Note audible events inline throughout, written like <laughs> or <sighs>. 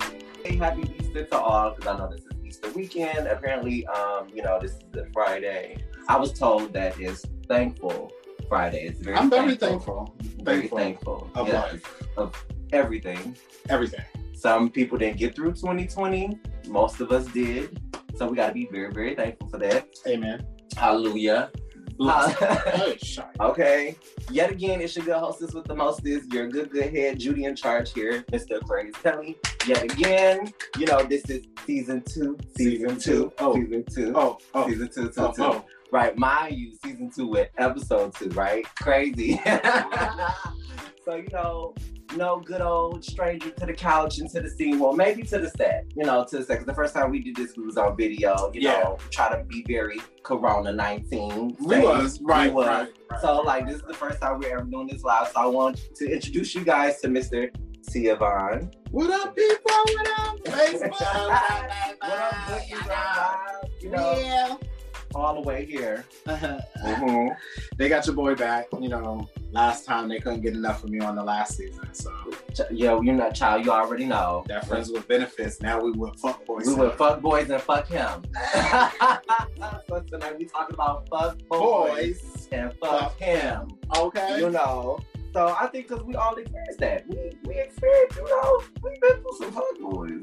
happy, happy Easter to all because I know this is Easter weekend. Apparently, um, you know, this is the Friday. I was told that it's thankful Friday. It's very I'm very thankful. thankful. Very Thankful, thankful. of yes, life. Of everything. Everything. Some people didn't get through 2020. Most of us did. So we got to be very, very thankful for that. Amen. Hallelujah. Uh, Look, <laughs> Ha- oh, shy. Okay. Yet again, it's your good hostess with the most is your good good head, Judy in charge here, Mr. Aquarius Kelly. Yet again, you know, this is season two, season Season two. two, Oh. season two, Oh, oh, season two, two, oh, two. oh. Right, mind you, season two with episode two, right? Crazy. <laughs> so, you know, no good old stranger to the couch and to the scene. Well, maybe to the set, you know, to the set. 'Cause the first time we did this, we was on video, you Yeah. know, try to be very Corona 19. We was, right, was. right, right. So like this is the first time we're ever doing this live. So I want to introduce you guys to Mr. Siobhan. What up, people? What up, <laughs> Facebook? What up, Bookie Live? You know, Yeah. all the way here. Uh-huh. hmm They got your boy back. You know, last time they couldn't get enough of me on the last season. So Yo, you're not child. You already know. that friends with benefits. Now we with fuck boys. We would fuck boys and fuck him. <laughs> so tonight we talking about fuck boys, boys. and fuck him. Okay. You know. So I think because we all experienced that. We we experienced, you know, we been through some fuck boys.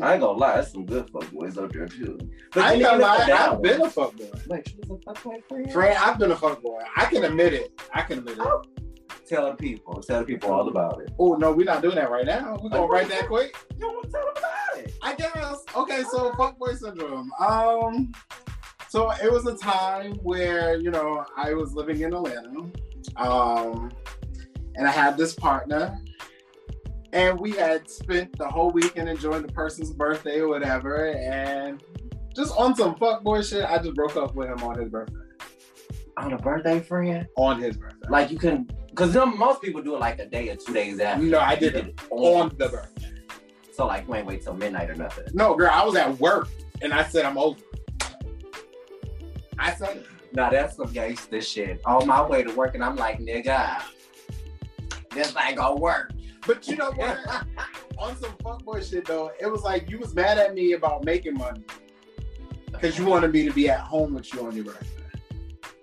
I ain't gonna lie, that's some good fuck boys up there too. I then ain't again, gonna it's lie, the bad I've been ones. a fuck boy. Wait, she was a fuckboy for you? Friend, I've been a fuck boy. I can admit it. I can admit it. Oh. Tell the people. Tell the people all about it. Oh no, we're not doing that right now. We're gonna Oh. write that quick. You want to tell them about it? I guess. Okay, so fuckboy syndrome. Um, so it was a time where you know I was living in Atlanta, um, and I had this partner, and we had spent the whole weekend enjoying the person's birthday or whatever, and just on some fuckboy shit, I just broke up with him on his birthday. On a birthday friend? On his birthday. Like you can, because most people do it like a day or two days after. No, Mm, I You did it it on the birthday. So like you ain't wait till midnight or nothing. No, girl, I was at work, and I said I'm over. I said. it. Now that's some gangster shit. On my way to work and I'm like, nigga, this ain't gonna work. But you know what? On some fuckboy shit though, it was like you was mad at me about making money because you wanted me to be at home with you on your birthday.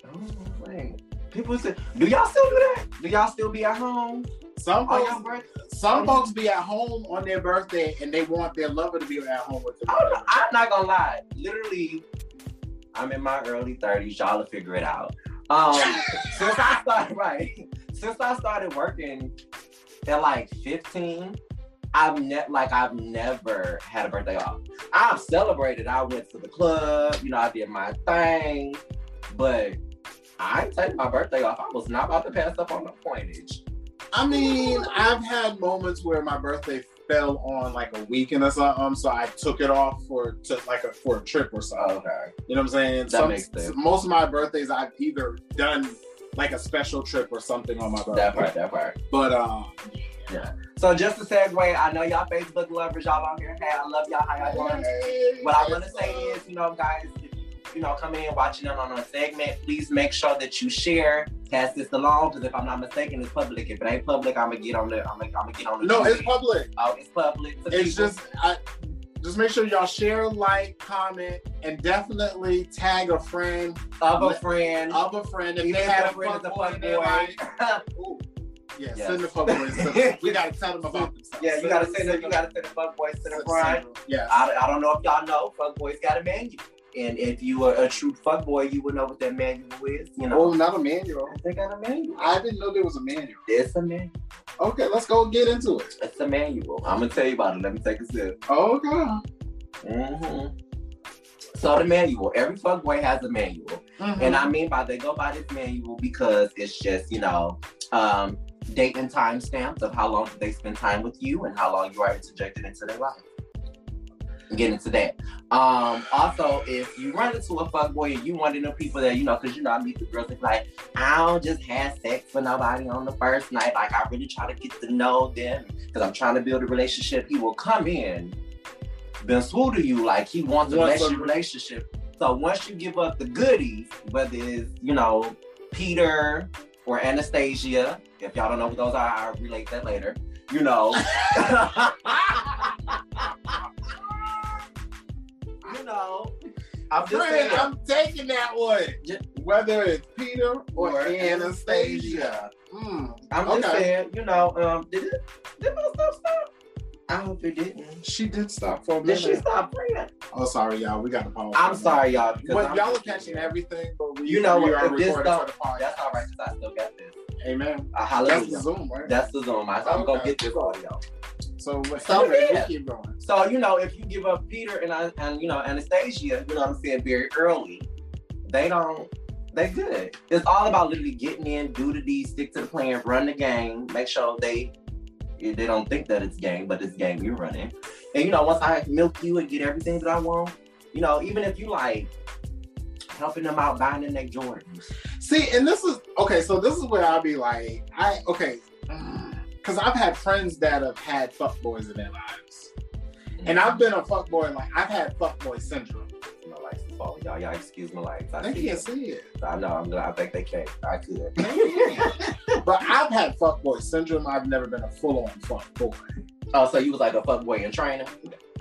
Oh, wait. People say, do y'all still do that? Do y'all still be at home Oh, Some on your folks, birthday? some folks be at home on their birthday and they want their lover to be at home with them. I'm, I'm not gonna lie. Literally, I'm in my early 30s. Y'all will figure it out. Um, since I started right, since I started working at like 15, I've ne- like I've never had a birthday off. I've celebrated. I went to the club. You know, I did my thing, but. I ain't taking my birthday off. I was not about to pass up on the pointage. I mean, I've had moments where my birthday fell on like a weekend or something, so I took it off for to like a for a trip or something. Okay. You know what I'm saying? That Some- makes sense. Most of my birthdays, I've either done like a special trip or something on my birthday. That part, that part. But um, So just to segue, I know y'all Facebook lovers, y'all on here. Hey, I love y'all. How y'all doing? What I want to say is, you know, guys, if you, you know, come in watching it on a segment, please make sure that you share, pass this along, because if I'm not mistaken, it's public. If it ain't public, I'm gonna get on the, I'm gonna, I'm gonna get on the. no, it's tweet. public. oh, it's public. to It's people. just I just make sure y'all share, like, comment, and definitely tag a friend of a friend. of a friend uh, if Even they if had that a friend friend is a that's fuck Ooh. Yeah, Yes. send the fuck boys. So we gotta tell them about themselves. <laughs> yeah, you gotta send them- it. You gotta send the fuck boys to the send- front. send them. Yes. I, I don't know if y'all know, fuck boys got a menu, and if you are a true fuck boy, you would know what that manual is. You know, Oh, not a manual. they got a manual. I didn't know there was a manual. It's a manual. Okay, let's go get into it. It's a manual. I'm gonna tell you about it. Let me take a sip. Okay. hmm So the manual. Every fuckboy has a manual, and I mean by they go by this manual because it's just you know, um, date and time stamps of how long they spend time with you and how long you are interjected into their life. Get into that. Um, also, if you run into a fuckboy and you one of them people that you know, because you know I meet the girls and be like, I don't just have sex with nobody on the first night. Like I really try to get to know them because I'm trying to build a relationship. He will come in, been swoon to you like he wants a Wants relationship, a- relationship. So once you give up the goodies, whether it's you know Peter or Anastasia, if y'all don't know <laughs> what those are, I'll relate that later. You know. I'm just Friend, saying. I'm taking that one. J- Whether it's Peter or, Or Anastasia. Mm, I'm just Okay. saying, you know, um, did it, did my stuff stop? I hope it didn't. She did stop for a Did minute. she stop praying? Oh, sorry, y'all. We got to pause. I'm for a sorry, y'all. because minute. But I'm y'all are just- catching everything, but we, You know we what, are if this recording for the don't- podcast. That's all right, because I still got this. Amen. Uh, That's the hallelujah. Zoom, right? That's the Zoom. I, I'm gonna Okay. get this audio. so, So, anyway, yeah. we keep going. So you know, if you give up Peter and I, and you know Anastasia, you know what I'm saying, very early, they don't. They good. It's all about literally getting in, do the deed, stick to the plan, run the game, make sure they they don't think that it's game, but it's game you're running. And you know, once I milk you and get everything that I want, you know, even if you like helping them out buying them their Jordans, See, and this is okay. So this is where I'll be like, I okay, <sighs> because I've had friends that have had fuckboys in their lives, and I've been a fuckboy. Like I've had fuckboy syndrome. my lights is falling, y'all. Y'all excuse my lights. I They see can't it. see it. I know. I'm glad. I think they can't. I could. <laughs> but I've had fuckboy syndrome. I've never been a full on fuckboy. Oh, so you was like a fuckboy and trainer,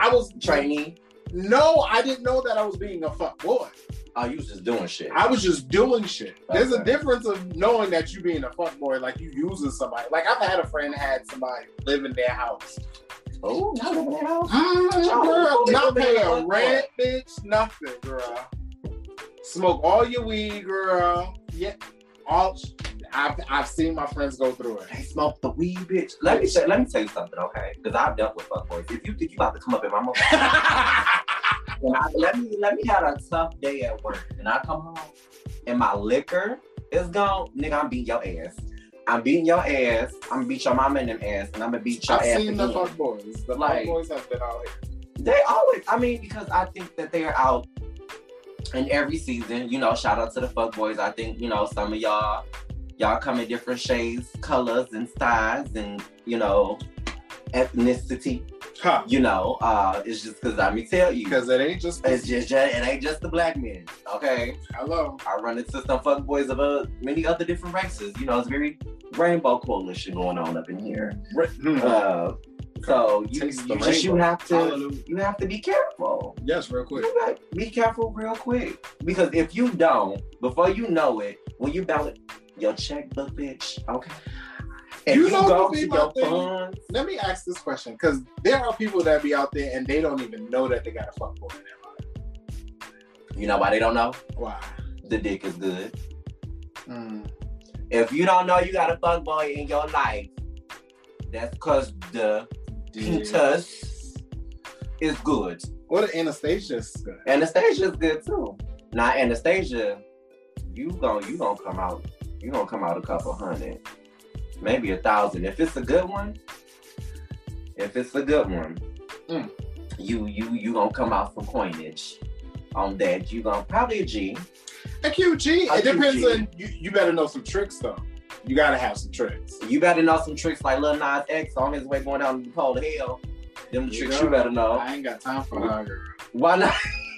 I was trainee. No, I didn't know that I was being a fuckboy. Oh, you was just doing shit. I was just doing shit. There's a Okay. difference of knowing that you being a fuckboy, like you using somebody. Like I've had a friend had somebody live in their house. oh, not over there. Mm, girl, Who not is being a paying fuckboy? rent, bitch, nothing, girl. Smoke all your weed, girl. Yeah, all. I've I've seen my friends go through it. They smoked the weed, bitch. Let me say, let me tell you something, okay? Because I've dealt with fuckboys. If you think you about to come up in my mouth, <laughs> and I, let me let me have a tough day at work, and I come home and my liquor is gone, nigga. I'm beating your ass. I'm beating your ass. I'm gonna beat your mama in them ass, and I'm gonna beat your I've ass seen the again. fuckboys. The Like- fuckboys have been out here. They always, I mean, because I think that they are out in every season. You know, shout out to the fuck boys. I think you know some of y'all, y'all come in different shades, colors, and styles, and you know, ethnicity. Huh? You know, uh, it's just because let me tell you, Because it ain't just it's just it ain't just the black men. Okay, hello. I run into some fuck boys of uh, many other different races. You know, it's very rainbow coalition going on up in here. Hmm. Uh, so you, Taste the you just you rainbow. have to Hallelujah. you have to be careful. Yes, real quick. You gotta be careful real quick. Because if you don't, before you know it, when you balance your checkbook, bitch, okay? If You you, know what go would to be your my thing? funds, Let me ask this question because there are people that be out there and they don't even know that they got a fuckboy in their life. you know why they don't know? Why? The dick is good. Mm. If you don't know you got a fuck boy in your life, that's cause the Dude. pintus is good. What an Anastasia's good. Anastasia's good too. Now Anastasia, you gon' you gonna come out, you gonna come out a couple hundred, maybe a thousand. If it's a good one, if it's a good one, Mm. you you you gonna come out some coinage on that. You gonna probably a G. A QG. A it depends QG. on you. You better know some tricks though. You gotta have some tricks. You better know some tricks like Lil Nas X on his way going down the pole to hell. Them You tricks know. you better know. I ain't got time for her. <laughs> girl. Why not?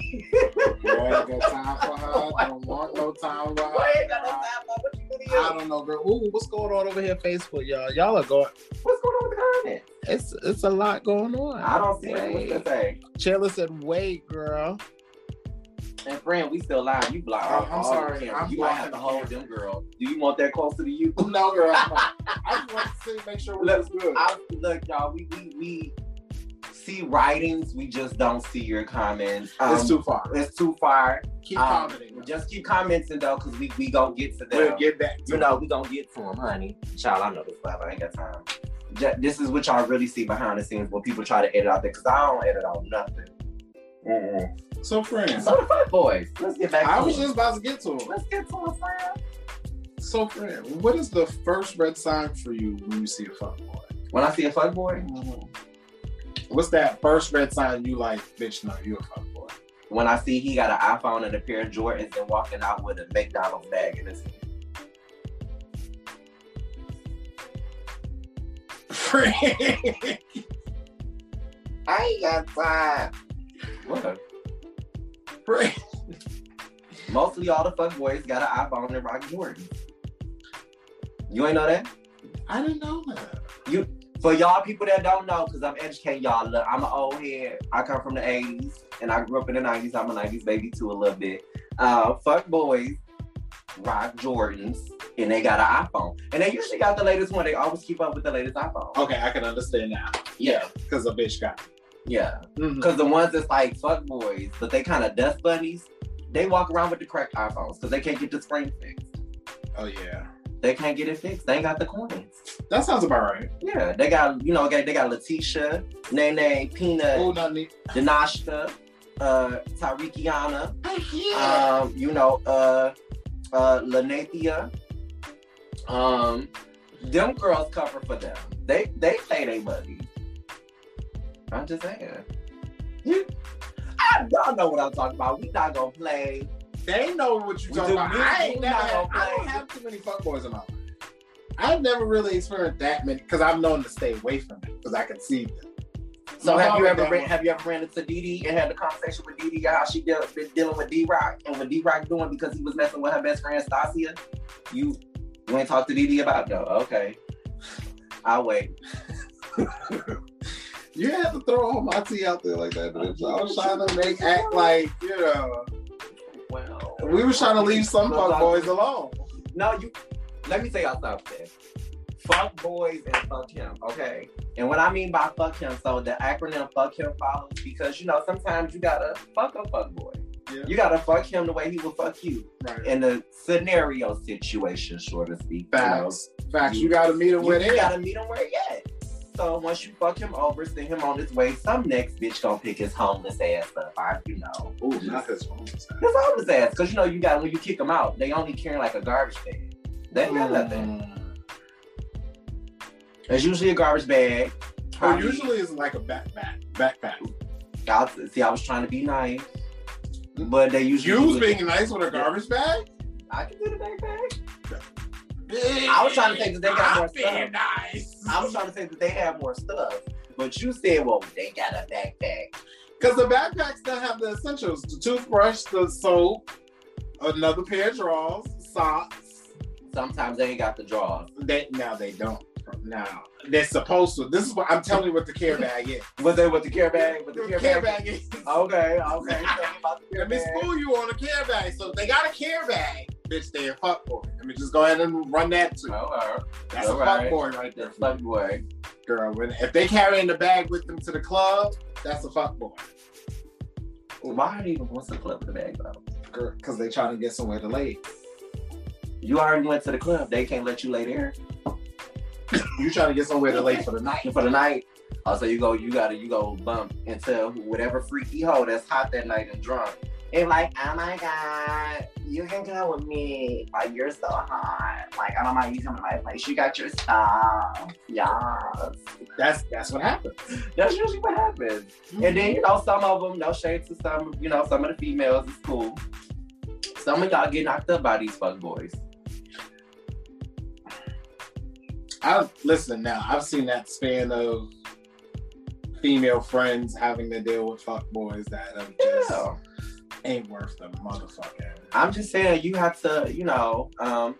<laughs> Boy, I ain't got time for her. Don't want no time for Why ain't got no her. time for what you do to I you? don't know, girl. Ooh, what's going on over here, Facebook, y'all? Y'all are going. What's going on with the comment? It's it's a lot going on. I don't see that. What's that say? Chandler said, "Wait, girl." And friend, we still live. You blocked. Oh, off I'm all the sorry. cameras. I'm you might have to blocking the hold them, girl. Do you want that closer to <laughs> you? No, girl. I'm not. I just want to see, make sure we Look, was good. I look, y'all. We we we see writings. We just don't see your comments. Um, it's too far. it's too far. Keep um, commenting. Just keep commenting though, cause we we gonna get to them. We'll get back to you know, we gonna get to them, honey. Child, I know this stuff. I ain't got time. Ju- this is what y'all really see behind the scenes when people try to edit out there, cause I don't edit out nothing. Mm-mm. it. So, friends, So the fuck boys, let's get back. I to was it. just about to get to it. let's get to it, friend. So, friend, what is the first red sign for you when you see a fuckboy? When I see a fuck boy, What's that first red sign you like, bitch, no, you a fuckboy? when I see he got an iPhone and a pair of Jordans and walking out with a McDonald's bag in his hand. Friend. I ain't got time. What? friend. Mostly all the fuck boys got an iPhone and rock Jordans. You ain't know that? I didn't know that. You for y'all people that don't know, because I'm educating y'all, look, I'm an old head. I come from the 80s and I grew up in the 90s. I'm a 90s baby too, a little bit. Uh, fuck boys rock Jordans and they got an iPhone. And they usually got the latest one. They always keep up with the latest iPhone. Okay, I can understand now. Yeah. Because a bitch got it. Yeah. Mhm. Because the ones that's like fuck boys, but they kind of dust bunnies, they walk around with the cracked iPhones because they can't get the screen fixed. Oh, yeah. They can't get it fixed. They ain't got the coins. That sounds about right. Yeah, they got you know they they got Letitia, Nene, Oh, Peanut, not neat. Danashta, uh, Tarikiana, Yeah. um, you know, uh, uh, Lanathia. Um, them girls cover for them. They they pay they money. I'm just saying. You, I, y'all know what I'm talking about. We not gonna play. they know what you're We talking do about. me- I ain't we never not had, gonna I don't play. have too many fuckboys in my life. I've never really experienced that many because I've known to stay away from them because I can see them. So My have mom you was ever that ran, one. have you ever ran into Dee Dee and had the conversation with Dee Dee how she deal, been dealing with D Rock and what D Rock doing because he was messing with her best friend Stasia? You you ain't talked to Dee Dee about no? Okay, I'll wait. You had to throw all my tea out there like that, bitch. I was trying to make act like, you know, Well, we was trying to leave some fuckboys alone. No, you. Let me tell y'all something. Fuck boys and fuck him, okay? And what I mean by fuck him, so the acronym fuck him follows because you know sometimes you gotta fuck a fuck boy. Yeah. You gotta fuck him the way he will fuck you. Right. in a scenario situation, sure to speak. you know. Facts. Facts. You got to meet them You, where they at. gotta meet him where he at. So once you fuck him over, send him on his way, some next bitch gonna pick his homeless ass up. I, you know, Ooh, not his phone. his homeless ass, cause you know you got when you kick them out, they only carrying like a garbage bag. They ain't got Mm. nothing. It's usually a garbage bag. Well, Probably- Oh, usually it's like a backpack. Backpack. I, see, I was trying to be nice, but they usually. You was being nice with a garbage bag? I can do the backpack. I was trying to think that they got I'm more being nice. I was trying to say that they have more stuff, but you said, well, they got a backpack. Because the backpacks that have the essentials the toothbrush, the soap, another pair of drawers, socks. Sometimes they ain't got the drawers. They Now they don't. Now they're supposed to. This is what I'm telling you what the care <laughs> bag is. Was they with the care bag? With the care, bag? is. Okay, okay. Tell me about the care Let me bag. school you on a care bag. So if they got a care bag, bitch, they a fuck boy. Let me just go ahead and run that to. you. Oh, all That's a fuck Alright. boy right there. right. Fuck boy. girl. When if they carrying the bag with them to the club, that's a fuck boy, Why are you even going to the club with the bag though? girl, because they trying to get somewhere to lay. You already went to the club. They can't let you lay there You trying to get somewhere to lay for the night. <laughs> for the night. Also, you go, you gotta, you go bump into whatever freaky hoe that's hot that night and drunk. And like, oh my god, you can go with me. Like you're so hot. Like I don't mind you coming to my place. You got your stuff. Yes. That's that's what happens. That's usually what happens. And then you know some of them, no shade to some, you know some of the females is cool. Some of y'all get knocked up by these fuck boys. I listen now. I've seen that span of female friends having to deal with fuck boys that have just Yeah. ain't worth the motherfucker. I'm just saying you have to, you know, um,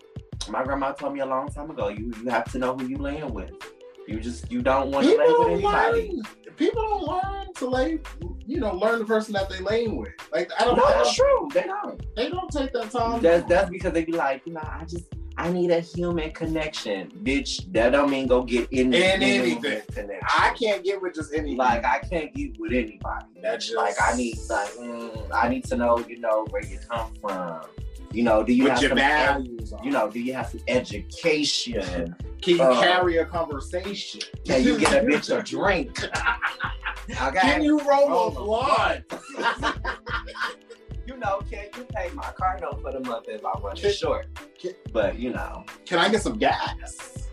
my grandma told me a long time ago, you you have to know who you laying with. You just you don't want to People lay with don't anybody. learn. People don't learn to lay. You know, learn the person that they laying with. Like I No, don't. know. that's true. Um, They don't. They don't take that time. That's that's because they be like, you know, I just I need a human connection, bitch. That don't mean go get in In any anything. human connection. I can't get with just any like I can't get with anybody. That's just- like I need like mm, I need to know, you know, where you come from. You know, do you with have your some ed- values. on. you know, do you have some education? Can you Uh, carry a conversation? Can you <laughs> get a bitch a drink? <laughs> Okay. Can you roll roll a a blunt? <laughs> you know, can you pay my car note for the month if I run Can- it short? can- But you know, Can I get some gas?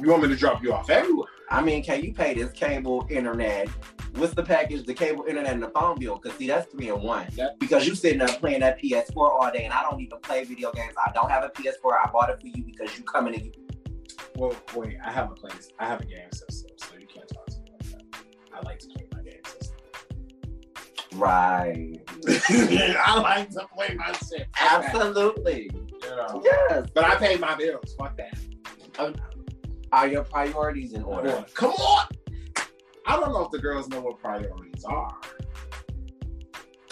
You want me to drop you off everywhere? I mean, can you pay this cable internet? What's the package? The cable internet and the phone bill? Cause see, that's three in one. That- because you sitting up playing that PS4 all day, and I don't even play video games. I don't have a PS4. I bought it for you because you coming and you. Well, wait. I have a place. I have a game system, so you can't talk to me like that. I like to play my game Right. system. <laughs> I like to play my shit. Absolutely. You know? Yes. But I pay my bills. Fuck that. Are your priorities in order? Come on. I don't know if the girls know what priorities are.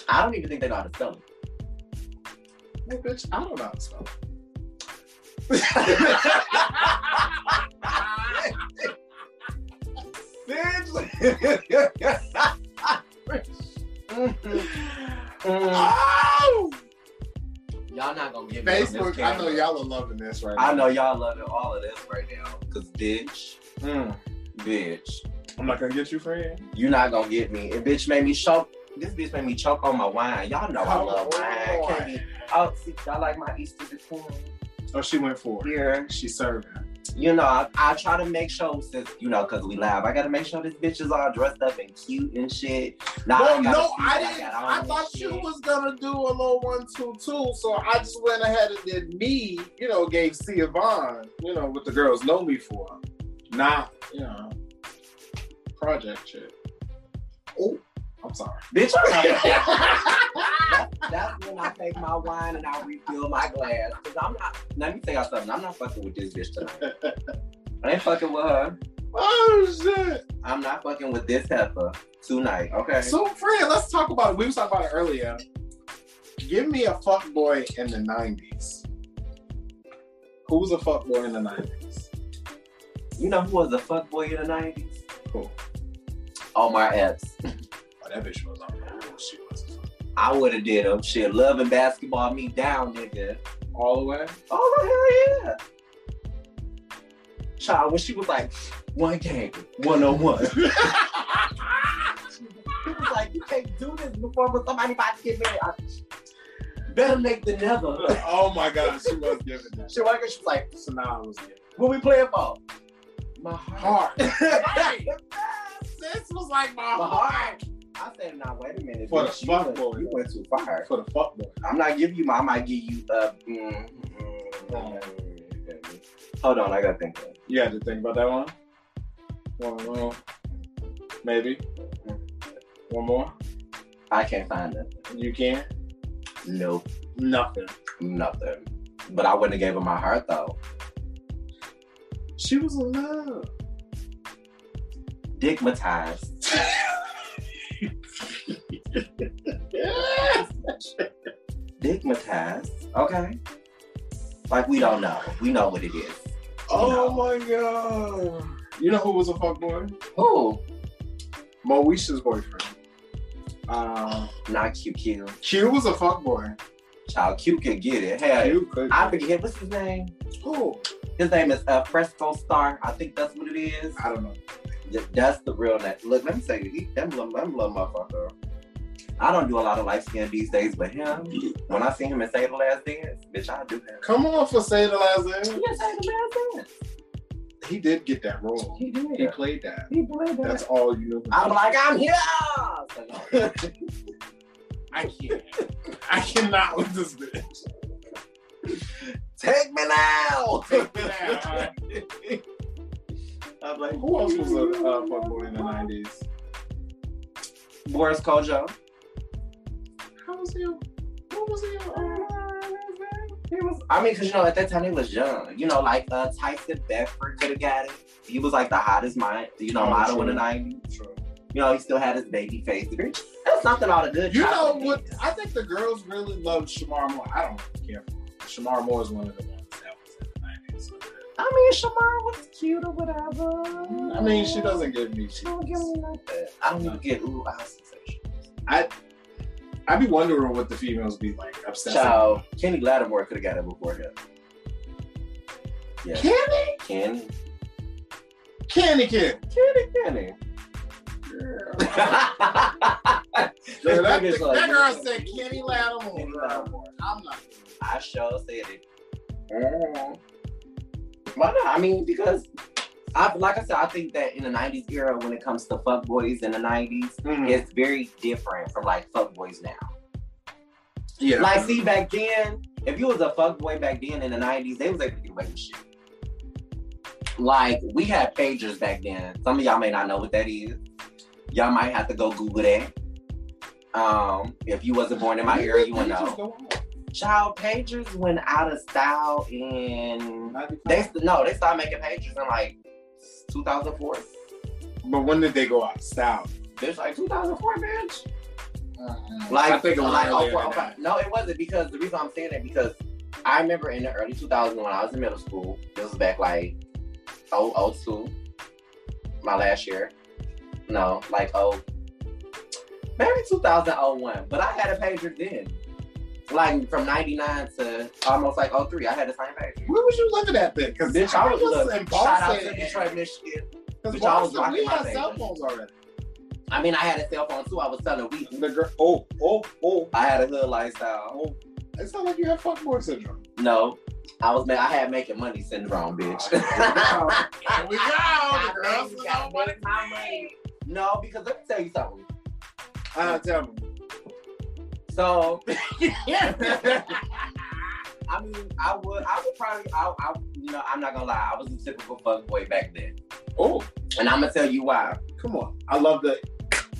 I don't even think they know how to spell it. Well, bitch, I don't know how to spell <laughs> it. Mhm. Mhm. oh! <laughs> Y'all not gonna get me on this Facebook, I know camera. y'all are loving this right I now. know y'all loving all of this right now. Cause bitch, Mm. bitch, I'm not gonna get you, friend. you not gonna get me. And bitch made me choke. This bitch made me choke on my wine. Y'all know I love wine. Can't be- Oh, see, y'all like my Easter decor Oh, she went for it. here. She's serving. You know, I, I try to make sure since you know, cause we live, I gotta make sure this bitch is all dressed up and cute and shit. Now, well, gotta no, see I what didn't. got on I, and thought you shit. was gonna do a little one, two, two. So I just went ahead and did me. You know, gave C Yvonne. You know what the girls know me for, not you know project shit. Oh, I'm sorry. <laughs> Bitch, I'm trying to- That's- that's when I take my wine and I refill my glass. Cause I'm not. Let me tell y'all something. I'm not fucking with this bitch tonight. I ain't fucking with her. oh shit. I'm not fucking with this heifer tonight. Okay. So, friend, let's talk about it. We was talking about it earlier. Give me a fuck boy in the '90s. Who was a fuck boy in the '90s? you know who was a fuck boy in the '90s? Who? Omar Epps. Oh, that bitch was on. Oh, she was I would have did him shit. Love and basketball me down, nigga. all <laughs> the way. Oh hell yeah! Child, when she was like, one game, one on one. She was like, you can't do this before but somebody about to get married. I- better late than <laughs> never. oh my god, she was giving that. She like, she was like, So now I was giving what we playing for? My heart. <laughs> heart. This was like my My heart. I said, nah, wait a minute. For the bitch, you, fuck went, boy. you went too far. for the fuck boy. I'm not giving you my, I might give you, uh, mm, mm, mm. hold on, I gotta think. of it. You had to think about that one. One more, maybe. One more. I can't find it. You can Nope. nothing. nothing. But I wouldn't have gave her my heart though. She was in love. Digmatized. Digmatized. Okay. Like we don't know. We know what it is. Oh my god. You know who was a fuck boy? Who? Moesha's boyfriend. Uh, Not QQ. Q was a fuck boy. Child Q can get it. Hey. Q could. I forget what's his name. Cool. His name is uh, Fresco Star. I think that's what it is. I don't know. Th- That's the real name. Look, let me say it. Them little, them little motherfucker. I don't do a lot of light skin these days, but him, when I see him and say the last dance, bitch, I do that. Come on for say the last name. Yes, say the last dance. He did get that role. He did. He played that. He played that. That's all you know. I'm like, I'm here. I can't. I cannot with this bitch. <laughs> Take me now. I'm like, who else was a uh, fuckboy in the nineties? Boris Kojo. How was he? What was he? uh, He was. I mean, cause you know, at that time he was young. You know, like uh, Tyson Bedford could have got it. He was like the hottest mind, you know, Oh, model true. in the '90s. You know, he still had his baby face. Bitch, that's something all the good. You know chocolate what? is. I think the girls really loved Shamar Moore. I don't care. For her. Shamar Moore is one of the ones that was in the nineties. I mean, Shamar was cute or whatever. I mean, she doesn't give me. She don't give me nothing. I don't even get ooh eye sensation. I be wondering what the females be like obsessed. Child, Kenny Lattimore could have got it before him. Yeah, Candy, Kenny. candy kid. Kenny, <laughs> Kenny. Girl. that Girl, that, nigga's that like, girl yeah. said Kenny Lattimore. Kenny Girl. Lattimore. I'm not. I sure said it. Mm. Why not? I mean, because I like I said, I think that in the '90s era, when it comes to fuck boys in the '90s, it's very different from like fuck boys now. Yeah. Like, see, back then, if you was a fuck boy back then in the '90s, they was able to get away with shit. Like, we had pagers back then. Some of y'all may not know what that is. Y'all might have to go Google that. Um, if you wasn't born in my era, you wouldn't know. Child pagers went out of style in they no, they started making pagers in like 2004. But when did they go out? Style. There's like 2004, bitch. Like, Mm-hmm. Like, I think it was like, earlier oh, than okay. that. No, it wasn't because the reason I'm saying that because I remember in the early 2000s when I was in middle school, this was back like 002, my last year. No, like oh, maybe 2001, but I had a pager then. Like from 99 to almost like 03, I had the same pager. Where was you living at then? Because Bitch, I was in look, shout out to Boston. Detroit, Michigan. Because bitch, I was Boston, we rocking my had cell baby. phones already. I mean, I had a cell phone too. I was selling weed. The girl, oh, oh, oh, I had a hood lifestyle. oh. It's not like you have fuckboy syndrome. No, I was ma- I had making money syndrome, bitch. <laughs> Here we go. I The think girls you don't gotta wanna make my money. No, because let me tell you something. <laughs> Uh, tell me. So, <laughs> I mean, I would, I would probably, I, I, you know, I'm not gonna lie, I was a typical fuckboy back then, <laughs> Oh, and I'm gonna tell you why. come on. I love the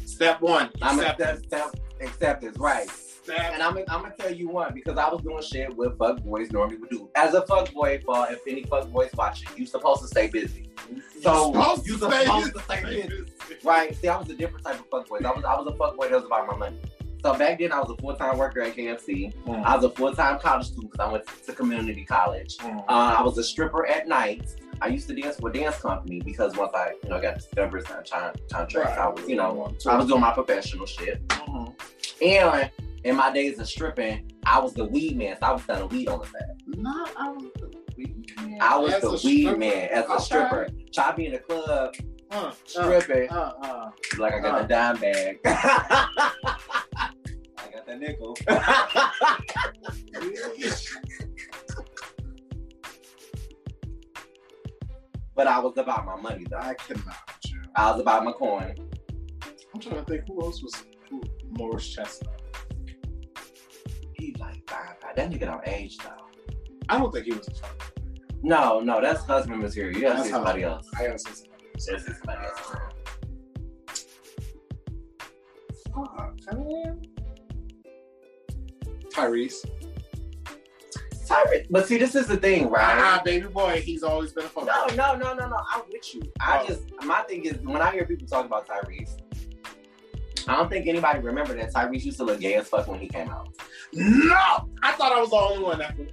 step one. I'm Step- accept, accept, acceptance, right? Step. And I'm, I'm gonna tell you one because I was doing shit with fuck boys normally would do. As a fuck boy, for if any fuck boys watching, you supposed to stay busy. So Supposed you to stay supposed to busy. stay busy. Right. See, I was a different type of fuckboy. I was I was a fuckboy that was about my money. So back then, I was a full time worker at KFC. Mm. I was a full time college student because I went to community college. Mm-hmm. Uh, I was a stripper at night. I used to dance for a dance company because once I you know got discovered and signed contracts, I was you know I was doing my professional shit. Mhm. And in my days of stripping, I was the weed man. So I was selling weed on the side. No, I was the weed man. I was As the a weed stripper. man as a Okay. stripper. So I'd be in the club Uh, uh, stripping. uh, uh. Like I got Uh. the dime bag. <laughs> I got the <laughs> nickel. but I was about my money though. I cannot with you. I was about my coin. I'm trying to think who else was who, Morris Chestnut. He like five. That nigga don't age though. I don't think he was a fuck. No, no, that's husband material. You gotta That's see somebody else. I gotta say something. That's somebody else. Fuck, man. Tyrese. Tyrant. But see, this is the thing, right? Ah, baby boy, he's always been a fuck. No, no, no, no, no. I'm with you. I Oh. just my thing is when I hear people talk about Tyrese, I don't think anybody remember that Tyrese used to look gay as fuck when he came out. No! I thought I was the only one that I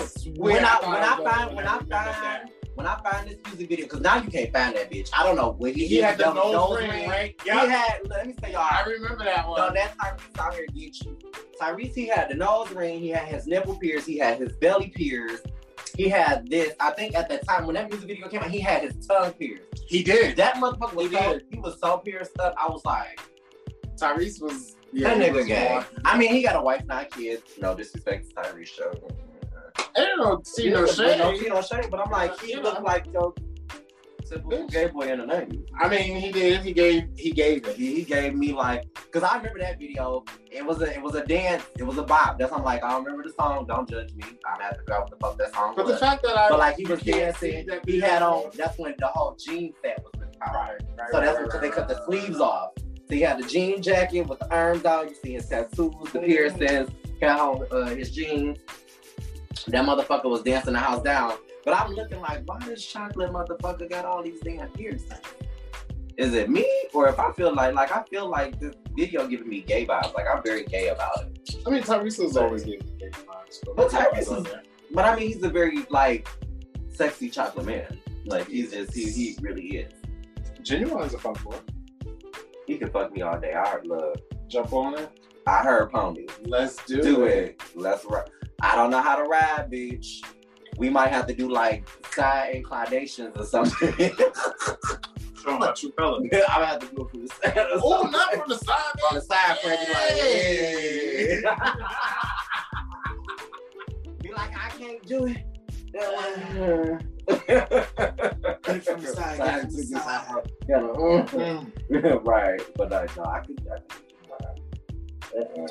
No, swear. when I thought when was I the find only when I one that remembered find when I find this music video, because now you can't find that bitch. I don't know where that. he, He had the double- nose nose ring, ring. right? He Yeah. had. Let me tell I y'all. remember that No, one. that's Tyrese out here get you. Tyrese, he had the nose ring. He had his nipple pierced. He had his belly pierced. He had this. I think at that time when that music video came out, he had his tongue pierced. He did. That motherfucker was He so, did. he was so pierced up. I was like, Tyrese was. that he nigga was gay. wild. I mean, he got a wife, nine kids. No disrespect to Tyrese show. I don't see Yeah, no but shade. No Tino Shade, but I'm like, he Yeah. looked like your typical Bitch. gay boy in the name. I mean, he did. He gave. He gave it. He, he gave me like, cause I remember that video. It was a it was a dance. It was a bop. That's I'm like, I remember the song. Don't judge me. I'm gonna have to figure out what the fuck that song But the was. fact that I But like he was you can't see dancing, that he had video. on. That's when the whole jean set was with power. Right, right, So that's right, because right, they cut the right, sleeves right. off. So he had the jean jacket with the arms out. You see his tattoos, the piercings, had on uh, his jeans. That motherfucker was dancing the house down. But I'm looking like, why this chocolate motherfucker got all these damn piercings? Is it me, or if I feel like, like I feel like this video giving me gay vibes? Like I'm very gay about it. I mean, Tyrese was always giving gay vibes. But Tyrese was- But I mean, he's a very like sexy chocolate man. Like he's just he he really is. genuine as a fuckboy. He could fuck me all day. I heard love. Jump on it. I heard pony. Let's do, Do it. Let's ride. I don't know how to ride, bitch. We might have to do like side inclinations or something. <laughs> Show my true color. I'm gonna have to do it from the side. or Oh, something. not from the side. on the side for everybody. Yeah. Be like, I can't do it. <laughs> That From the side, yeah, from the side. Yeah, mm-hmm. no. <laughs> Mm. right, but uh, no, I could. I could uh-uh.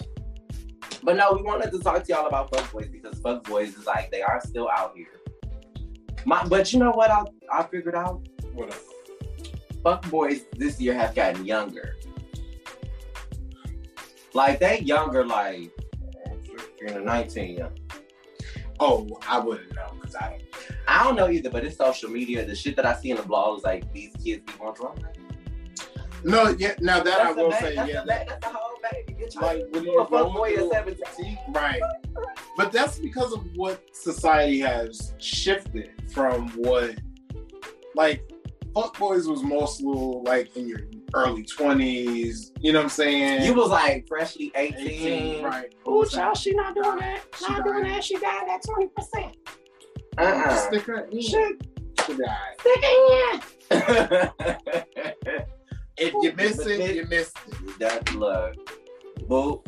But no, we wanted to talk to y'all about fuck boys because fuck boys is like they are still out here. My, but you know what? I I figured out Whatever. fuck boys this year have gotten younger. Like they younger, like 15 or 19. young. Oh, I wouldn't know because I don't. I don't know either, but it's social media. The shit that I see in the blogs, like these kids be on drugs. No, yeah, now that I That's a will ba- say, that's yeah, a ba- that, that's the whole baby. Bitch, like like, when you you're a fuck boy going at through, 17. right? But that's because of what society has shifted from what, like, fuckboys was mostly like in your early twenties. You know what I'm saying? You was like freshly 18. 18, right? Ooh, child, she not doing that. She not doing that. She got that 20%. Uh-uh. <laughs> Stick her in. Shit, She died. stick it in. If you miss it, you miss it. that look. Boo.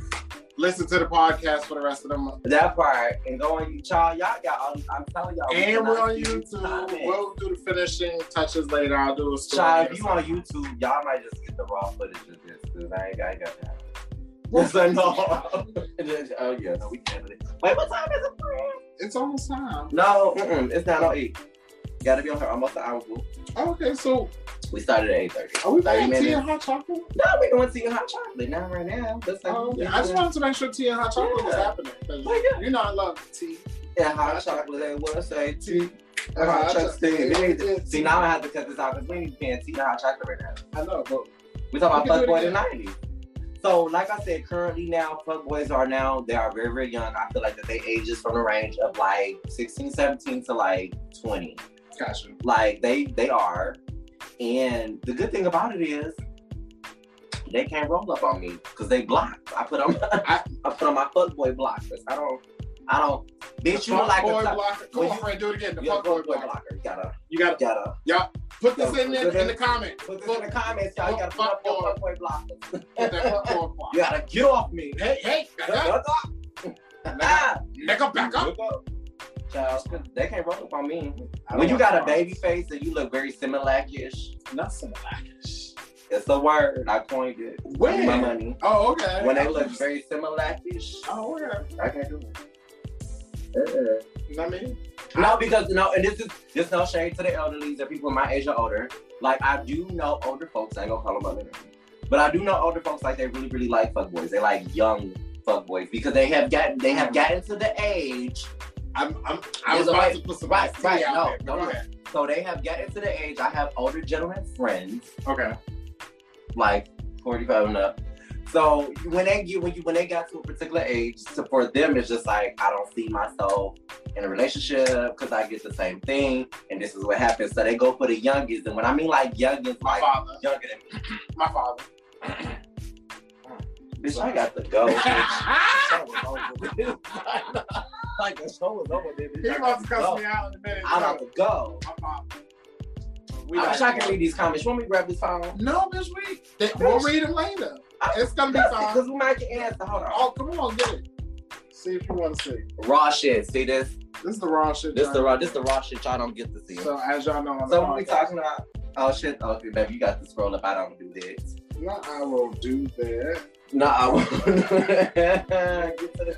Listen to the podcast for the rest of the month. That part. And go on you child. Y'all got all I'm telling y'all. we And cannot we're on see YouTube. timing. We'll do the finishing touches later. I'll do a story. Child, if you on YouTube, y'all might just get the raw footage of this because I ain't, I ain't got that. <laughs> Yes, I know. oh yeah, no, we can't. do that. Wait, what time is it? It's almost time. No, mm-mm, it's not on eight. Gotta be on her almost an hour. boo. Okay, so We started at eight thirty. are we back thirty on tea and minutes? hot chocolate? No, we doing tea and hot chocolate now, right now. Just like Oh, we yeah. I just did. wanted to make sure tea and hot chocolate was Yeah. happening. 'cause Oh, yeah. You know I love tea. and hot chocolate. They will say tea. and and Hot chocolate. We need Yeah, to- See, now I have to cut this out because we ain't paying tea and hot chocolate right now. I know, but We talk We about can do it fuckboys in the 90s. So, like I said, currently now, fuckboys are now, they are very, very young. I feel like that they ages from the range of like 16, 17 to like 20. gotcha. Like, they they are. And the good thing about it is, they can't roll up on me because they blocked. I put on <laughs> I, I put on my fuckboy blockers. I don't, I don't, bitch, you Fuck look like a boy suck- blocker. Come when on, you- Ray, do it again. The You're a fuck boy fuckboy blocker. blocker. You gotta, You gotta gotta put this Yo, in there in the comment. put this in the comments, y'all. You gotta put up your fuckboy blockers. Put that fuck boy blocker. You gotta get off me. Hey, hey, nigga, nigga, Ah, nigga, back up. Child, they can't roll up on me. I don't When you want got a to- baby face and you look very similac-ish, not some blackish. it's a word. I coined it. When? My money. Oh, okay. When they <laughs> look very similac-ish, Oh, okay. I can't do it. Not me. Uh-uh. No, because no, and this is there's no shade to the elderly. The people my age or older. Like I do know older folks. I ain't gonna call them by their name, but I do know older folks. Like they really, really like fuckboys. They like young fuckboys because they have gotten they have gotten to the age I'm, I'm, I was It's about alright. to put some Right, tea right, out no, there, but no, go no. ahead. So they have gotten to the age I have older gentlemen friends, Okay. like 45 and up. So when they get when you when they got to a particular age, so for them it's just like I don't see myself in a relationship because I get the same thing, and this is what happens. So they go for the youngest, and when I mean like youngest, My like father. younger than me. My father. Bitch, I got to <laughs> go. bitch. The show was over with. he like the show was over. Bitch. I got to about to cuss go. me out in a minute. I got to go. My father. We I wish got- I could read these comments. You want me to grab this phone? No, bitch, we. They, we'll read them later. I- It's gonna be <laughs> fine. Because we might get answer. Hold on. Oh, come on, get it. See if you want to see. raw shit. See this? This is the raw shit. This the y'all. raw. This the raw shit y'all don't get to see. So, So as y'all know, on the what we podcast- talking about? Oh shit. Okay, baby, you got to scroll up. I don't do this. No, I will do that. No, I won't. <laughs> Get to the-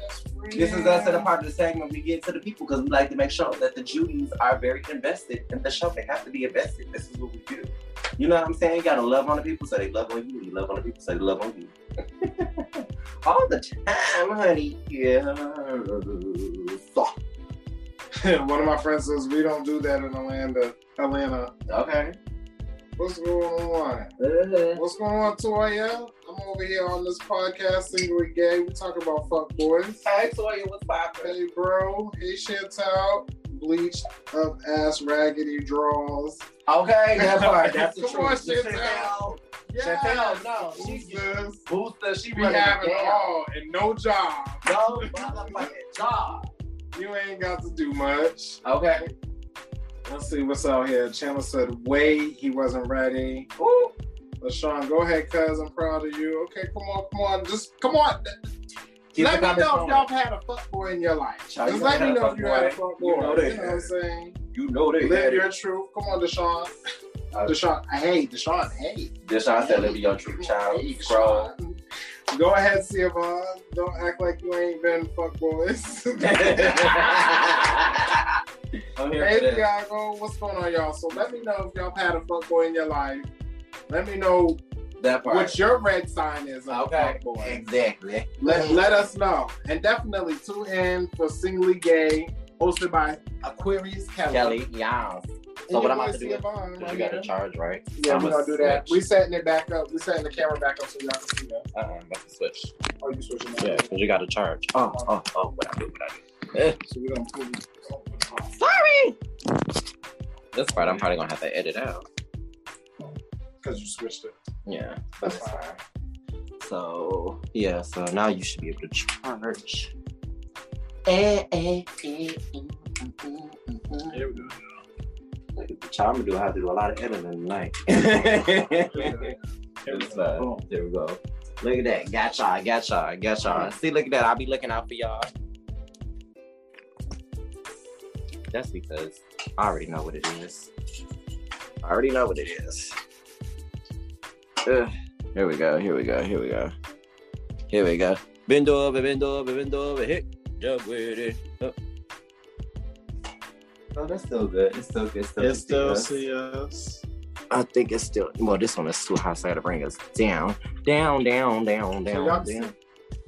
This is us in <laughs> the part of the segment we get to the people because we like to make sure that the Judies are very invested in the show. They have to be invested. This is what we do. You know what I'm saying? You gotta love on the people so they love on you. You love on the people so they love on you. <laughs> All the time, honey. Yeah. One of my friends says we don't do that in Atlanta. Atlanta, Okay. what's going on? Uh-huh. What's going on, Toya? I'm over here on this podcast, single and gay. We talking about fuck boys. Hey, Toya, what's poppin'? Hey, bro. Hey, Chantel. Bleached up ass raggedy draws. Okay, that part. That's the Come truth. on, Chantel. Chantel, no, Who's she this? booster. She We running have it down. all and no job. No motherfucking job. You ain't got to do much. Okay. Let's see what's out here. Chandler said, wait, he wasn't ready. Ooh. LaShawn, go ahead, cuz. I'm proud of you. Okay, come on, come on. Just come on. Keep let the me know if comments y'all going. had a fuck boy in your life. Child, Just you let me had a know if you had a fuck fuckboy. You boy. know You they know what had I'm it. saying? You know they Live had your it. truth. Come on, Deshaun. Uh, Deshaun, hey, Deshaun, hey. Deshaun said, "Live your true child, Hey, <laughs> bro." Deshaun. Go ahead, Siobhan. Don't act like you ain't been fuck <laughs> boys. <laughs> I'm here Hey for this. Thiago, what's going on, y'all? So let me know if y'all had a fuckboy in your life. Let me know That part. what your red sign is. of a okay. fuckboy. Exactly. Let let us know, and definitely tune in for singly gay hosted by Aquarius Kelly. Kelly, yeah. And So what your I'm about boy to do Sia is- Vaughn Because right you got here. to charge, right? Yeah, I'ma we're gonna do that. switch. We setting it back up. We setting the camera back up so y'all can see that. Uh-uh, I'm about to switch. Oh, you switching that? Yeah, because you got to charge. Oh, oh, oh, what I do, what I do. Eh, So we're gonna pull this off. Sorry! This part I'm probably going to have to edit out. because you switched it. Yeah. That's fine. So yeah, so now you should be able to charge. Eh, eh, eh, mm, mm, mm, mm, mm. Here we go. Look at the child, I'm gonna do I have to do a lot of editing tonight. <laughs> Here we It's, go. uh, there we go. Look at that. Gotcha, I gotcha, I gotcha. See, look at that. I'll be looking out for y'all. That's because I already know what it is. I already know what it is. Ugh. Here we go, here we go, here we go. Here we go. Bend over, bend over, bend over, hit. Jump with it. Oh. Oh, that's still good. It's still good. Still It's still good. see us. I think it's still well. This one is too high, so I gotta bring us down, down, down, down, So down, y'all- down.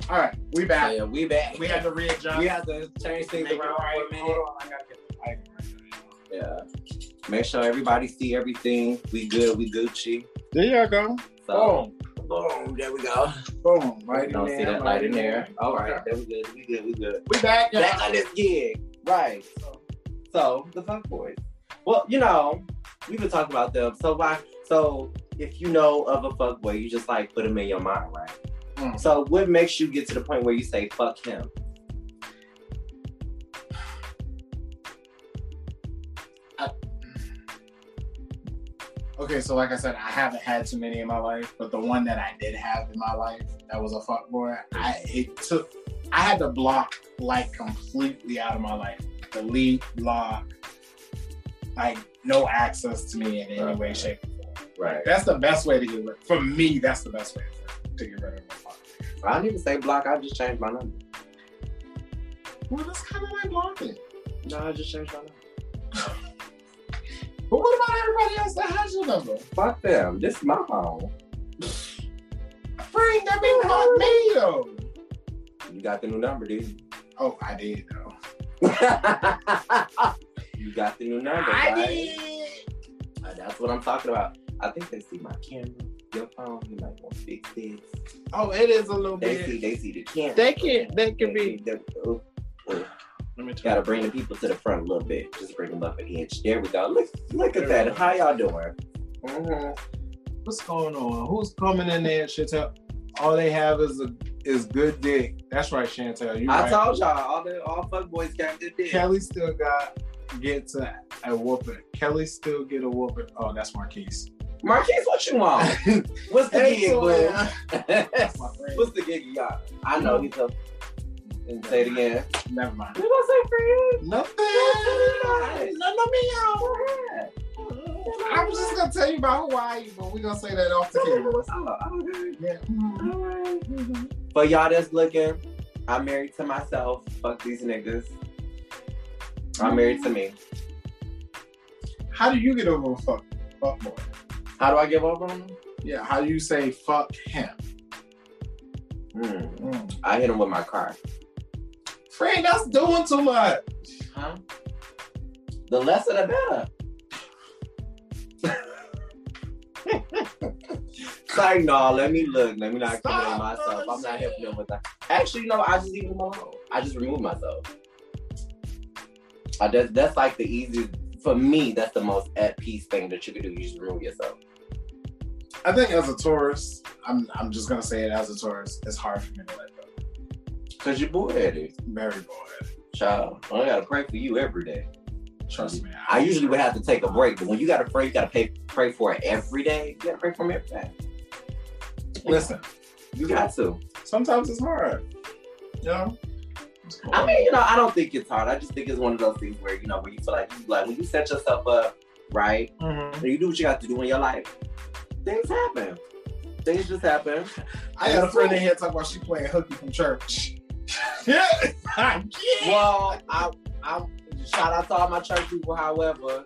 All right, we back. yeah, we back. We had to readjust. we had to change things Make it around right. for a minute. Hold on, I gotta get the mic right. Yeah. Make sure everybody see everything. We good. We Gucci. There y'all go. So, boom, There we go. Boom. Right in Don't there. see that right light in there. All right. Okay. There we good. We good. We good. We back. y'all. Back on this gig. Right. So the Funk Boys. Well, you know, we could talk about them. So why? So if you know of a fuck boy, you just like put him in your mind, right? Mm. So what makes you get to the point where you say fuck him? Okay, so like I said, I haven't had too many in my life, but the one that I did have in my life that was a fuck boy, I it took I had to block like completely out of my life. Delete, block, like no access to me in any way, Right. shape, or form. That's the best way to get rid for me, that's the best way for- to get rid of a fuck. I didn't even say block. I just changed my number. Well, that's kinda like blocking. No, I just changed my number. But what about everybody else that has your number? Fuck them. This is my phone. Bring that be fuck me though. You got the new number, dude. <laughs> Oh, I did though. you got the new number. I right? did. Uh, That's what I'm talking about. I think they see my camera, your phone. You might want to fix this. Oh, it is a little They bit. see, they see the camera. They can- they can be- see the- oh, oh. Let me try. Gotta bring the people to the front a little bit. Just bring them up an inch. There we go. Look, look at that. How y'all doing? Mm-hmm. What's going on? Who's coming in there, Chantel? All they have is a is good dick. That's right, Chantel. You I right. told y'all, all the all fuck boys got good dick. Kelly still got get to a whooping. Kelly still get a whooping. Oh, that's Marquise. Marquise, what you <laughs> want? What's the Hey, gig, so- Gwen? That's my <laughs> friend. What's the gig you got? I know he's a. And say it again. Never mind. What I say, friend? Nothing. Nothing. No, no, me out. <laughs> I was just gonna tell you about Hawaii, but we're gonna say that off the camera. Oh, Yeah. But y'all that's looking, I'm married to myself. Fuck these niggas. I'm married to me. How do you get over a fuck fuck boy? How do I give up on them? Yeah. How do you say fuck him? Hmm. Mm. I hit him with my car. Friend, that's doing too much. Huh? The lesser the better. <laughs> It's like, no, let me look. Let me not Stop, commit myself. I'm not bullshit. helping them with that. Actually, no, I just leave them alone. I just remove myself. I just, that's like the easiest, for me, that's the most at peace thing that you can do. You just remove yourself. I think as a tourist, I'm I'm just gonna say it as a tourist, it's hard for me to let go. Because you're bullheaded. Very bored. Child, I gotta pray for you every day. Trust me. I usually would have to take a break, but when you gotta pray, you gotta pay, pray for it every day. You gotta pray for me every day. listen. You got to. Sometimes it's hard. You know. It's cool. I mean, you know, I don't think it's hard. I just think it's one of those things where you know, when you feel like you like when you set yourself up right, Mhm. and you do what you got to do in your life, things happen. Things just happen. I had a friend in here talking about she playing hooky from church. <laughs> yeah, I can't. Well, I, I shout out to all my church people. However,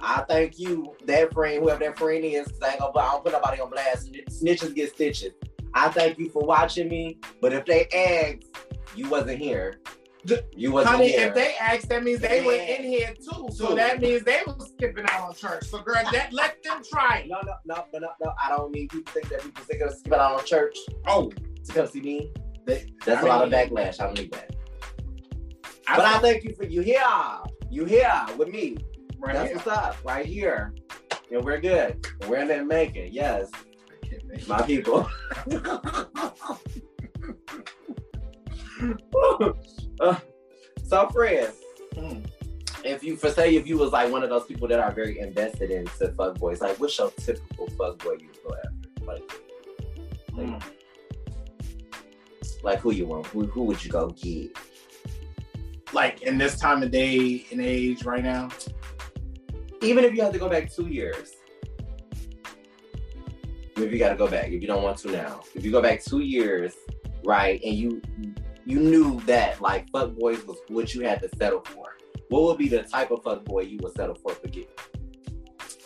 I thank you, that friend, whoever that friend is, 'cause I ain't gonna, put- I don't put nobody on blast. Snitch- Snitches get stitches. I thank you for watching me, but if they ask, you wasn't here. You wasn't Honey, here. if they asked, that means they were in here too. So Too. that means they was skipping out on church. So girl, that, let them try. it. no, no, no, no, no, no. I don't mean people think that people think of skipping out on church Oh, to come see me. They- That's a I lot of mean- backlash. I don't need that. I but I thank you for you here. You here with me. right That's here. what's up, right here. And we're good. We're in there making. Yes, my people. <laughs> Uh, so, friends, Mm. if you for say if you was like one of those people that are very invested into fuckboys, like what's your typical fuckboy you go after? Like, Mm. Hmm. like who you want? Who, who would you go get? Like in this time of day and age right now. Even if you have to go back two years. If you gotta go back, if you don't want to now. If you go back two years, right, and you you knew that like fuckboys was what you had to settle for. What would be the type of fuckboy you would settle for for getting?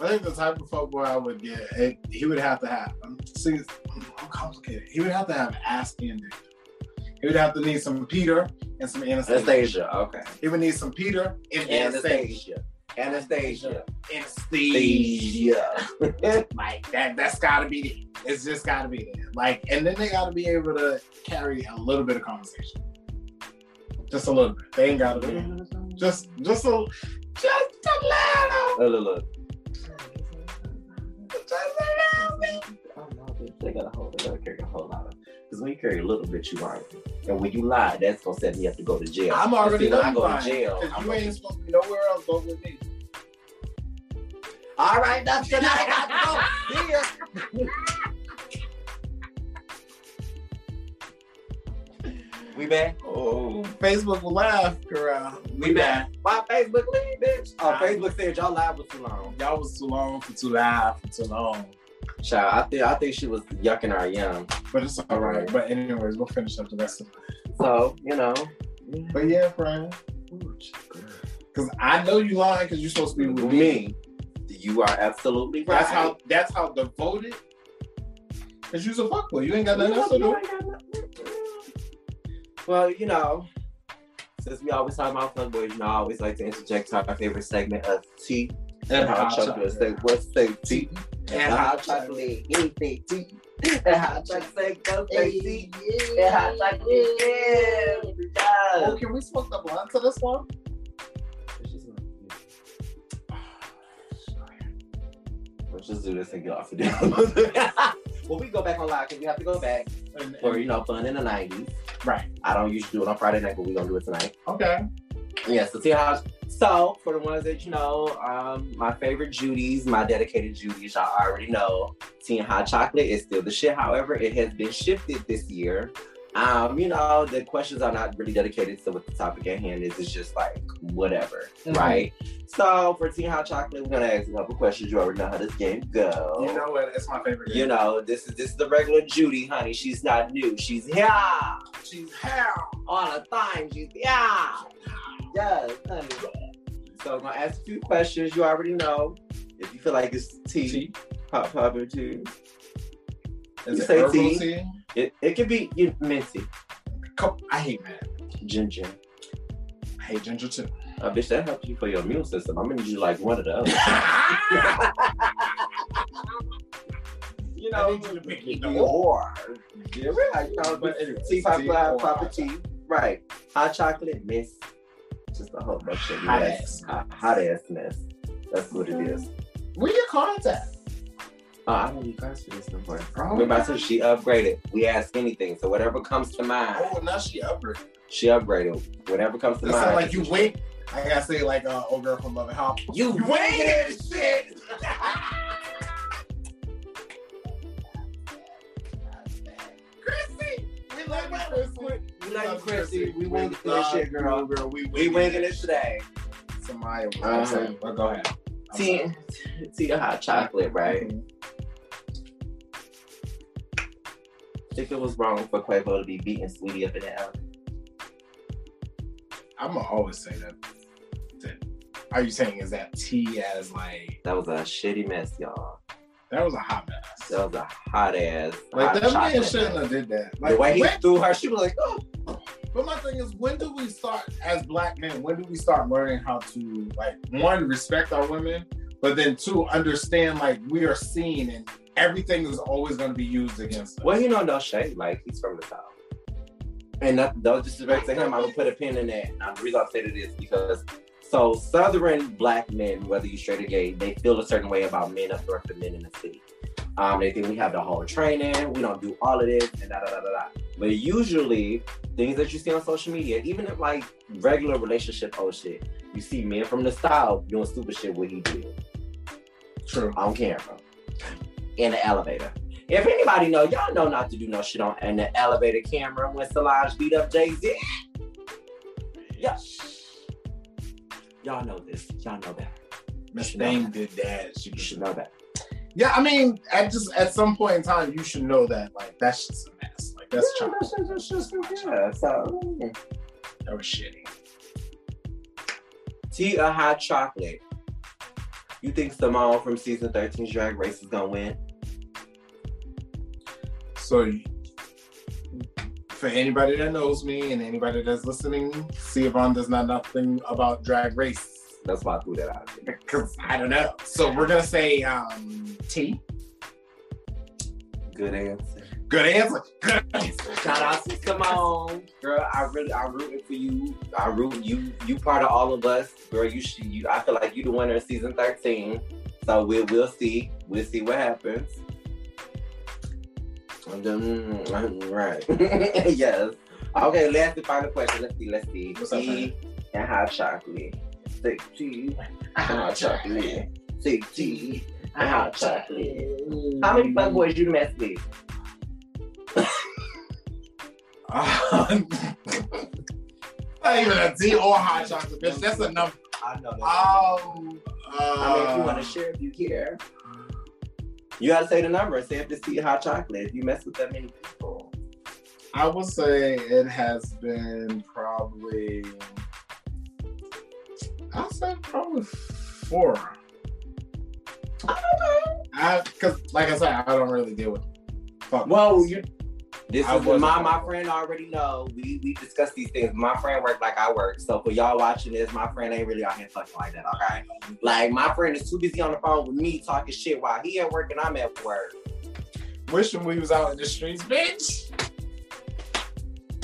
I think the type of fuckboy I would get, it, he would have to have. I'm, see, I'm complicated. He would have to have ass and dick. He would have to need some Peter and some Anastasia. Anastasia, okay. He would need some Peter and Anastasia. Anastasia. Anastasia. Anastasia. Anastasia. Like that. That's gotta be. It. It's just gotta be there. Like, and then they gotta be able to carry a little bit of conversation. Just a little bit. They ain't gotta be. Just, just a, just Oh, a little. look, look. Just a little bit. I don't know, Oh, bitch. They gotta hold. They gotta carry a whole lot of. Because when you carry a little bit, you lying. And when you lie, that's gonna set me up to go to jail. I'm already See, when I done go fine, to jail. 'cause I'm you ain't supposed to be nowhere else but with me. All right, that's good. I gotta go. See ya. <laughs> we back. Oh, Facebook will laugh, girl. We back. Why Facebook leave, bitch? Oh, Nah. Facebook said y'all live was too long. Y'all was too long for too loud for too long, Child, I think I think she was yucking our yum. but it's all right. But anyways, we'll finish up the rest of it. So you know. But yeah, friend, because I know you lying because you're supposed to be with me. Me, you are absolutely right. That's how. That's how devoted. Cause you's a fuckboy. You ain't got nothing else to do. Well, you know, since we always talk about fuckboys, you know, I always like to interject our favorite segment of tea and hot chocolate. Say, what's say tea? And hot chocolate, anything tea. <laughs> And hot chocolate, say, go say tea. And hot chocolate, yeah. Oh, yeah. can we smoke the blunt to this one? Let's just do this and get off of this. <laughs> well, we go back on live because we have to go back And- for, you know, fun in the 90s. Right. I don't usually do it on Friday night, but we're going to do it tonight. Okay. Yeah, so see how. So for the ones that you know, um, my favorite Judy's, my dedicated Judy's, y'all already know. Teen hot chocolate is still the shit. However, it has been shifted this year. Um, you know, the questions are not really dedicated to what the topic at hand is. It's just like whatever, Mhm. right? So for Teen Hot Chocolate, we're gonna ask a couple questions. You already know how this game goes. You know what? It's my favorite. Oh. You know, this is this is the regular Judy, honey. She's not new. She's yeah She's hell. all the time. She's yeah, yes, honey. So I'm gonna ask a few questions. You already know. If you feel like it's tea, Tea? pop pop or tea, Is You it say herbal tea? tea? it, it could be you, minty, Co- I hate that. ginger. I hate <laughs> ginger too. Uh, bitch, that helps you for your immune system. I'm gonna need you like one of those. I you need you to pick it up. or yeah, right, you know, But anyway, tea, pop tea pop, or pop or hot tea, right? Hot chocolate, miss. Just a whole bunch of Hot mess. ass. Hot, hot ass mess. That's what it is. Where your contact? Uh, I don't need guys for this no more. Oh, We're about to, she upgraded. We ask anything, so whatever comes to mind, Oh, now she upper. she upgraded. Whatever comes to That mind. sound like you wink. I gotta say like uh, old girl from Love and Hop. You You waited! wink shit. Chrissy, we love you, Chrissy. We love you, Chrissy. We Love winking this love shit, girl. you, girl. We We winking winking it today. Samaya was Uh-huh. upset, but go ahead. I'm Tea, sorry. tea, <laughs> hot chocolate, right? Mhm. Mm-hmm. Think it was wrong for Quavo to be beating Sweetie up in the alley. I'm gonna always say that. that- Are you saying is that tea as like That was a shitty mess, y'all. that was a hot mess? That was a hot ass. Like hot that man chocolate shouldn't mess. have did that. the Like way he what? threw her, she was like, oh. But my thing is, when do we start as black men? When do we start learning how to like one respect our women, but then two understand like we are seen and everything is always going to be used against us. Well, you know, no shade. Like he's from the south, and that, no disrespect to him. I'm gonna put a pin in that. And I'm, the reason I'm saying this because so southern black men, whether you're straight or gay, they feel a certain way about men up north and men in the city. Um, they think we have the whole training, we don't do all of this, and da da da da da. But usually, things that you see on social media, even if like regular relationship oh shit, you see men from the south doing stupid shit what he did True. on camera in the elevator. If anybody know, y'all know not to do no shit on in the elevator camera when Solange beat up Jay Z. Yeah. Y'all know this. Y'all know that. Miss Thing did that. She You should should know that. Yeah, I mean, at just at some point in time, you should know that like that's just a mess. Like that's yeah, child. that's, that's, that's, that's, yeah. So yeah. That was shitty. tea or hot chocolate. You think Simone from season 13's Drag Race is gonna win? So, you- for anybody that knows me and anybody that's listening, Siobhan does not nothing about drag race That's why I threw that out. there. because I don't know. So we're gonna say um T. Good answer. Good answer. <laughs> Good answer. Shout out to Simone, girl. I really, I rooting for you. I root you. You part of all of us, girl. You should. You, I feel like you the winner of season thirteen. So we we'll see. We'll see what happens. And then, mm, Right. <laughs> yes. Okay. Last and final question. Let's see. Let's see. What's up, Tea and hot chocolate. Six tea and hot chocolate. Six tea and hot chocolate. How many fuckboys you mess with? Um, Not even a T or hot chocolate, bitch. That's a number. I know. Um, uh, I mean, if you want to share, if you care, you gotta say the number and say if it's tea or hot chocolate. If you mess with that many people, I will say it has been probably, I'll say probably four. I, cause like I said, I don't really deal with fuck. well, you. This I is wasn't- my my friend already know. We we discuss these things. My friend work like I work. So for y'all watching this, my friend ain't really out here fucking like that. Okay, like my friend is too busy on the phone with me talking shit while he at work and I'm at work. Wishing we was out in the streets, bitch.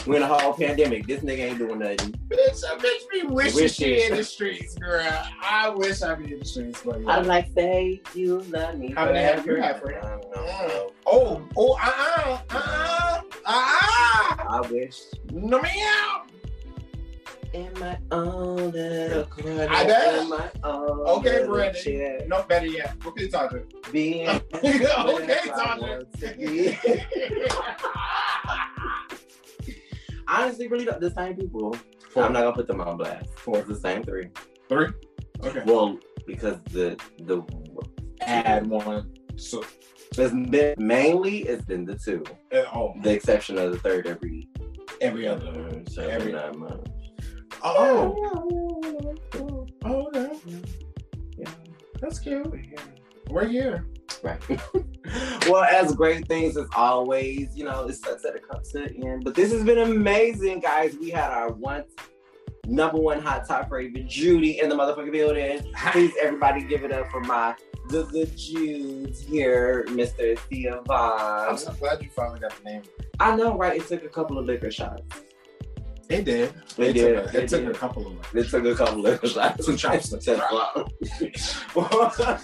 We in a whole pandemic. This nigga ain't doing nothing. Bitch, I bitch be wishing Wish she it. in the streets, girl. I wish I be in the streets, but yeah. I'm like, say you love me. How many have you had, forever. friend? I don't know. Oh, oh, uh, uh-uh, uh, uh, uh, I wish no meow. In my own little corner. I bet. In my own Okay, little Brandon. <laughs> chair. No, better yet. Okay, Todrick. Being okay, where I want to be. Honestly, really the same people. Four. I'm not gonna put them on blast. Four. It's the same three. <laughs> Three. Okay. Well, because the the Add one. So, it's been, mainly it's been the two. uh, oh, The exception of the third every every other. so every- nine months. Oh, oh, okay. Yeah. That's cute. We're here. Right. well, as great things as always, you know, it sucks that it comes to an end. But this has been amazing, guys. We had our once number one hot top favorite, Judy, in the motherfucking building. <laughs> Please, everybody, give it up for my the the Jews here, Mr. Thea I'm Vaughn. so glad you finally got the name. I know, right? It took a couple of liquor shots. It did. It did. Took a, it, It took did. a couple of them. It took a couple of <laughs> liquor shots. Some <laughs> chopsticks. Ten o'clock. <laughs>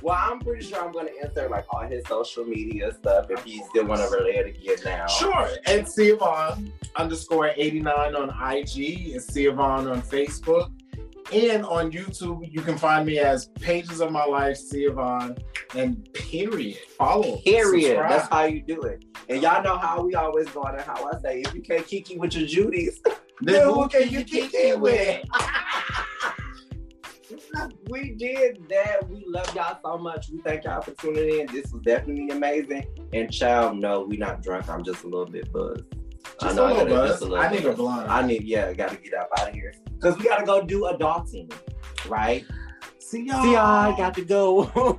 well, I'm pretty sure I'm gonna insert like all his social media stuff if you still wanna relay it again now. Sure. And Siobhan underscore 89 on IG and Siobhan on Facebook. And on YouTube, you can find me as Pages of My Life, Siobhan, and period. Follow. Period. subscribe. That's how you do it. And y'all know how we always go on and how I say, if you can't kiki with your Judies, Then who can you kiki with? <laughs> we did that. We love y'all so much. We thank y'all for tuning in. This was definitely amazing. And child, no, we not drunk. I'm just a little bit buzzed. Just know a little gotta- buzz. I need a buzz. blunt. I need, yeah, gotta get up out of here. Cause we gotta go do adulting, right? See y'all. See y'all, I got to go.